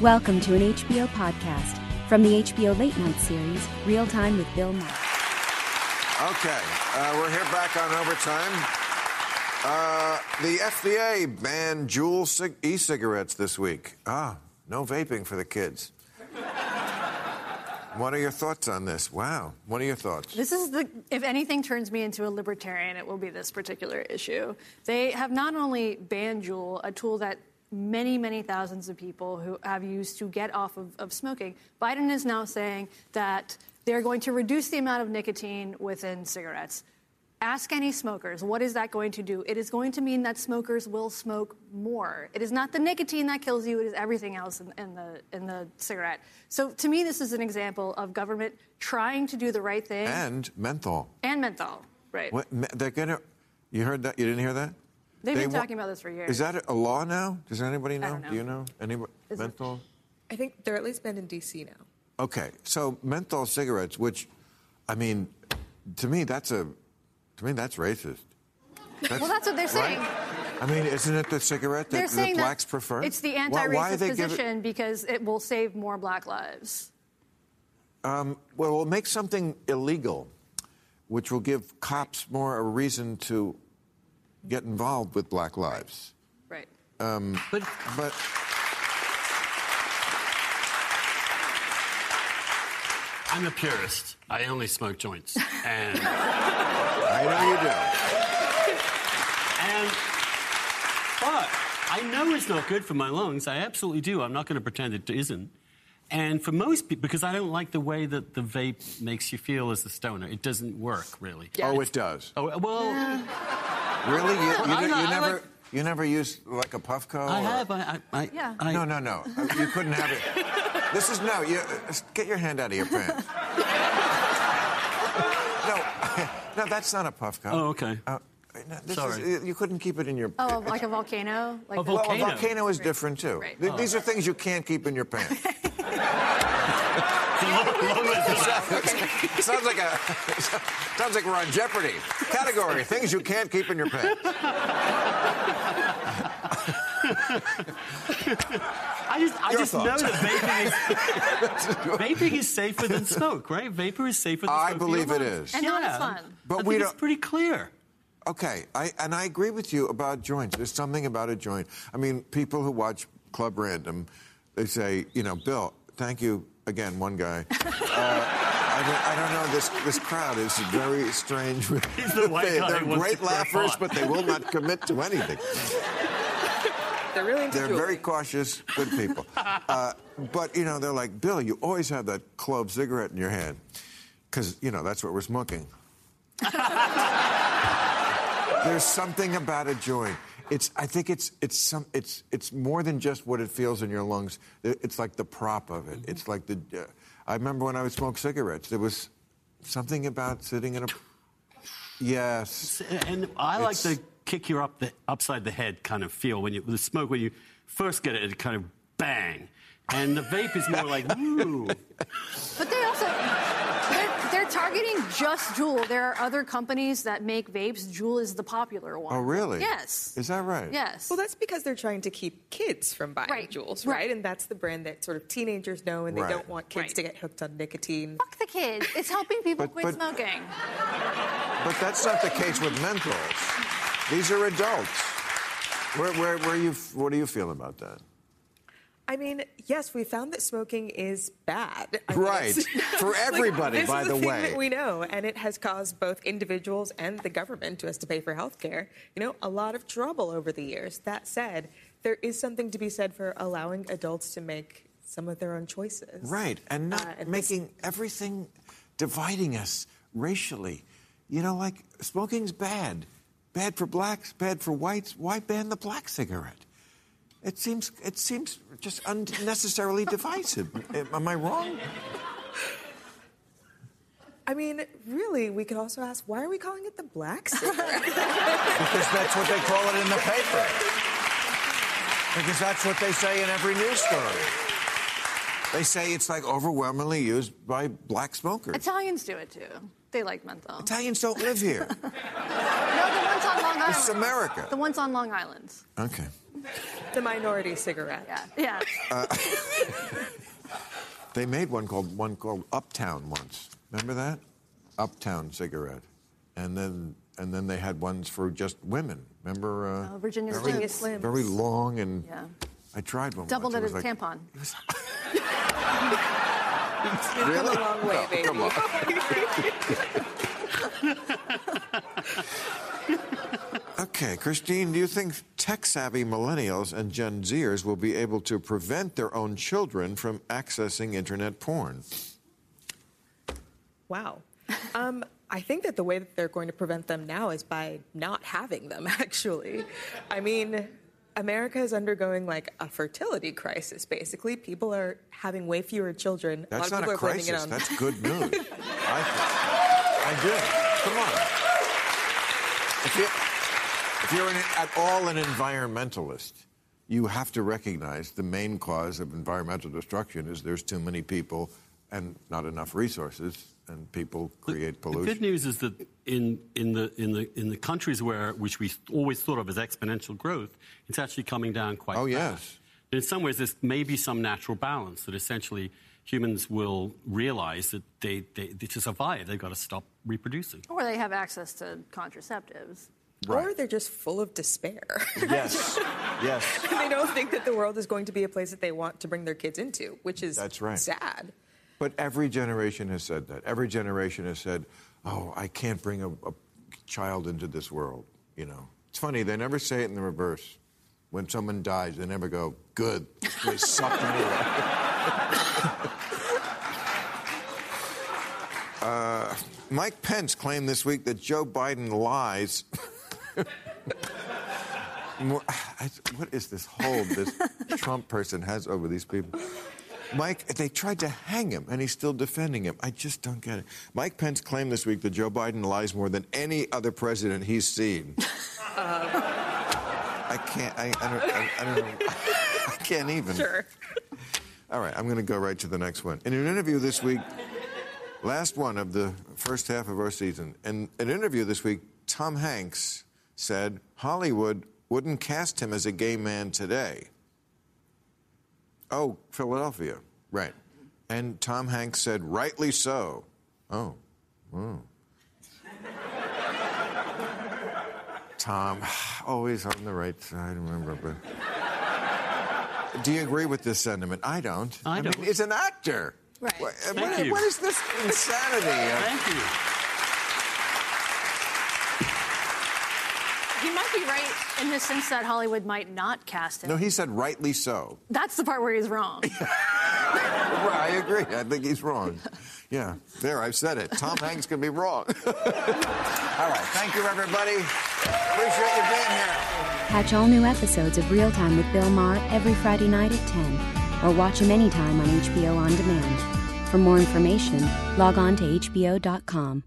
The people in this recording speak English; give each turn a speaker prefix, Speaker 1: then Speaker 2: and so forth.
Speaker 1: Welcome to an HBO podcast from the HBO Late Night series, Real Time with Bill Maher.
Speaker 2: Okay, uh, we're here back on overtime. Uh, the FDA banned Juul cig- e-cigarettes this week. Ah, no vaping for the kids. what are your thoughts on this? Wow, what are your thoughts?
Speaker 3: This is the, if anything turns me into a libertarian, it will be this particular issue. They have not only banned Juul, a tool that many, many thousands of people who have used to get off of, of smoking, Biden is now saying that they're going to reduce the amount of nicotine within cigarettes. Ask any smokers, what is that going to do? It is going to mean that smokers will smoke more. It is not the nicotine that kills you, it is everything else in, in, the, in the cigarette. So to me, this is an example of government trying to do the right thing
Speaker 2: And menthol.
Speaker 3: and menthol, right?
Speaker 2: What, me- they're gonna. You heard that? You didn't hear that?
Speaker 3: They've been
Speaker 2: wa-
Speaker 3: talking about this for years.
Speaker 2: Is that a law now? Does anybody know?
Speaker 3: don't know.
Speaker 2: Do you know? Anybody? menthol.
Speaker 4: I think they're at least banned in DC now.
Speaker 2: Okay, so menthol cigarettes, which, I mean, to me that's a, to me that's racist.
Speaker 3: Well, that's what they're saying.
Speaker 2: I mean, isn't it the cigarette
Speaker 3: They're
Speaker 2: that the
Speaker 3: saying
Speaker 2: blacks
Speaker 3: that
Speaker 2: prefer?
Speaker 3: it's the
Speaker 2: Why- why
Speaker 3: anti-racist
Speaker 2: they give it-
Speaker 3: position because it will save more black lives.
Speaker 2: well, we'll make something illegal, which will give cops more a reason to get involved with black lives.
Speaker 3: Right.
Speaker 5: But
Speaker 2: But
Speaker 5: I'm a purist. I only smoke joints. And,
Speaker 2: I know you do.
Speaker 5: and but I know it's not good for my lungs. I absolutely do. I'm not going to pretend it isn't. And for most people, because I don't like the way that the vape makes you feel as a stoner, it doesn't work really.
Speaker 2: Oh, it does.
Speaker 5: Oh well,
Speaker 2: Really? You, you,
Speaker 5: I
Speaker 2: you
Speaker 5: know, I
Speaker 2: never,
Speaker 5: like-
Speaker 2: you never used like a puffco?
Speaker 5: I
Speaker 2: or-
Speaker 5: have. I. I, I
Speaker 3: Yeah.
Speaker 5: I,
Speaker 2: No, no, no. Uh, You couldn't have it. This is no. You, uh, get your hand out of your pants. no, no, that's not a puff cup.
Speaker 5: Oh, okay.
Speaker 2: Uh, no, this
Speaker 5: Sorry.
Speaker 2: Is, uh, you couldn't keep it in your.
Speaker 3: Oh, like a volcano? Like
Speaker 5: A
Speaker 3: the-
Speaker 2: well,
Speaker 5: volcano.
Speaker 2: a volcano is different too.
Speaker 3: Right.
Speaker 2: Th- These are things you can't keep in your pants. sounds like a sounds like we're on Jeopardy category. Things you can't keep in your pants.
Speaker 5: I just, I
Speaker 2: Your
Speaker 5: just know
Speaker 2: thoughts.
Speaker 5: that vaping is, vaping is safer than smoke, right? Vapor is safer than
Speaker 2: I
Speaker 5: smoke. for
Speaker 2: believe
Speaker 5: your
Speaker 2: it
Speaker 5: lungs.
Speaker 2: is. And
Speaker 3: not as
Speaker 5: Yeah.
Speaker 3: fun.
Speaker 2: But
Speaker 5: I
Speaker 2: we
Speaker 5: think it's
Speaker 2: don't-
Speaker 5: pretty clear.
Speaker 2: Okay, I, and I agree with you about joints. There's something about a joint. I mean, people who watch Club Random, they say, you know, Bill, thank you again, one guy. Uh, I, don't, I don't know. This this crowd is very strange.
Speaker 5: He's the white
Speaker 2: they,
Speaker 5: guy
Speaker 2: they're
Speaker 5: who wants
Speaker 2: great
Speaker 5: to crack
Speaker 2: laughers,
Speaker 5: on.
Speaker 2: but they will not commit to anything.
Speaker 4: They're really into
Speaker 2: They're
Speaker 4: jewelry.
Speaker 2: very cautious, good people. Uh, but you know, they're like, Bill, you always have that club cigarette in your hand, because you know that's what we're smoking. There's something about a joint. It's, I think it's, it's, some, it's, it's more than just what it feels in your lungs. It- It's like the prop of it. It's like the. Uh, I remember when I would smoke cigarettes. There was something about sitting in a. Yes.
Speaker 5: And I like
Speaker 2: It's-
Speaker 5: the kick you up the upside the head kind of feel when you with the smoke when you first get it, it kind of bang, and the vape is more like ooh.
Speaker 3: But they also they're, they're targeting just Juul. There are other companies that make vapes. Juul is the popular one.
Speaker 2: Oh, really?
Speaker 3: Yes.
Speaker 2: Is that right?
Speaker 3: Yes.
Speaker 4: Well, that's because they're trying to keep kids from buying
Speaker 3: Right,
Speaker 4: jewels,
Speaker 3: right.
Speaker 4: right? And that's the brand that sort of teenagers know, and they
Speaker 2: Right.
Speaker 4: don't want kids to get hooked on nicotine.
Speaker 3: Fuck the kids. It's helping people
Speaker 2: But-
Speaker 3: quit
Speaker 2: but-
Speaker 3: smoking.
Speaker 2: But that's not the case with menthols. These are adults. Where, where, where you, what do you feel about that?
Speaker 4: I mean, yes, we found that smoking is bad. I mean,
Speaker 2: Right.
Speaker 4: it's-
Speaker 2: For
Speaker 4: like,
Speaker 2: everybody,
Speaker 4: this
Speaker 2: by
Speaker 4: is
Speaker 2: the
Speaker 4: thing
Speaker 2: way.
Speaker 4: that we know, and it has caused both individuals and the government who has to pay for health care, you know, a lot of trouble over the years. That said, there is something to be said for allowing adults to make some of their own choices.
Speaker 2: Right, and not
Speaker 4: Uh, and this-
Speaker 2: making everything dividing us racially. You know, like smoking's bad. Bad for blacks, bad for whites. Why ban the black cigarette? It seems it seems just unnecessarily divisive. Am- Am I wrong?
Speaker 4: I mean, really, we could also ask why are we calling it the black cigarette?
Speaker 6: Because that's what they call it in the paper.
Speaker 2: Because that's what they say in every news story. They say it's like overwhelmingly used by black smokers.
Speaker 3: Italians do it too. They like menthol.
Speaker 2: Italians don't live here.
Speaker 3: Oh, no, the ones on Long Island.
Speaker 2: It's America.
Speaker 3: The ones on Long Island.
Speaker 2: Okay.
Speaker 4: the minority cigarette.
Speaker 3: Yeah, yeah.
Speaker 2: Uh, They made one called one called Uptown once. Remember that? Uptown cigarette. And then and then they had ones for just women. Remember? Uh,
Speaker 3: Oh, Virginia
Speaker 2: very,
Speaker 3: Slims.
Speaker 4: Slims.
Speaker 2: Very long and.
Speaker 3: Yeah.
Speaker 2: I tried one.
Speaker 3: Doubled
Speaker 2: once.
Speaker 3: it
Speaker 2: was like,
Speaker 3: as a tampon.
Speaker 4: It's come a long way, baby.
Speaker 2: Okay, Christine, do you think tech savvy millennials and Gen Zers will be able to prevent their own children from accessing internet porn?
Speaker 4: Wow. Um, I think that the way that they're going to prevent them now is by not having them, actually. I mean, America is undergoing like a fertility crisis, basically. People are having way fewer children.
Speaker 2: That's
Speaker 4: a lot
Speaker 2: not
Speaker 4: of
Speaker 2: a
Speaker 4: people are blaming it
Speaker 2: crisis.
Speaker 4: on
Speaker 2: That's good news. I, I do. Come on. If you're, if you're an, at all an environmentalist, you have to recognize the main cause of environmental destruction is there's too many people and not enough resources, and people create pollution.
Speaker 5: The good news is that in, in, the, in, the, in the countries where, which we always thought of as exponential growth, it's actually coming down quite
Speaker 2: Oh,
Speaker 5: fast.
Speaker 2: yes.
Speaker 5: In some ways, there's maybe some natural balance that essentially humans will realize that they, they, to survive, they've got to stop reproducing.
Speaker 3: Or they have access to contraceptives.
Speaker 4: Or they're just full of despair.
Speaker 6: Yes. Yes.
Speaker 4: they don't think that the world is going to be a place that they want to bring their kids into, which is
Speaker 2: That's right.
Speaker 4: sad.
Speaker 2: But every generation has said that. Every generation has said, "Oh, I can't bring a, a child into this world." You know, it's funny they never say it in the reverse. When someone dies, they never go, "Good." They sucked me in. Uh, Mike Pence claimed this week that Joe Biden lies. More- I- what is this hold this Trump person has over these people? Mike, they tried to hang him, and he's still defending him. I just don't get it. Mike Pence claimed this week that Joe Biden lies more than any other president he's seen. I can't. I, I, don't, I, I don't know. I can't even.
Speaker 4: Sure.
Speaker 2: All right, I'm going to go right to the next one. In an interview this week, last one of the first half of our season, in an interview this week, Tom Hanks said Hollywood wouldn't cast him as a gay man today. Oh, Philadelphia, right. And Tom Hanks said, rightly so. Oh, wow. Tom, always on the right side, remember, but. Do you agree with this sentiment? I don't.
Speaker 5: I don't.
Speaker 2: mean, he's an actor.
Speaker 3: Right.
Speaker 2: What,
Speaker 5: Thank
Speaker 2: what-
Speaker 5: you.
Speaker 2: what is this insanity? of-
Speaker 5: Thank you.
Speaker 3: He might be right in the sense that Hollywood might not cast him.
Speaker 2: no, he said rightly so.
Speaker 3: That's the part where he's wrong.
Speaker 2: Well, I agree. I think he's wrong. Yeah, there, I've said it. Tom Hanks can be wrong. All right, thank you, everybody. Appreciate you being here.
Speaker 1: Catch all new episodes of Real Time with Bill Maher every Friday night at 10, or watch him anytime on HBO On Demand. For more information, log on to HBO.com.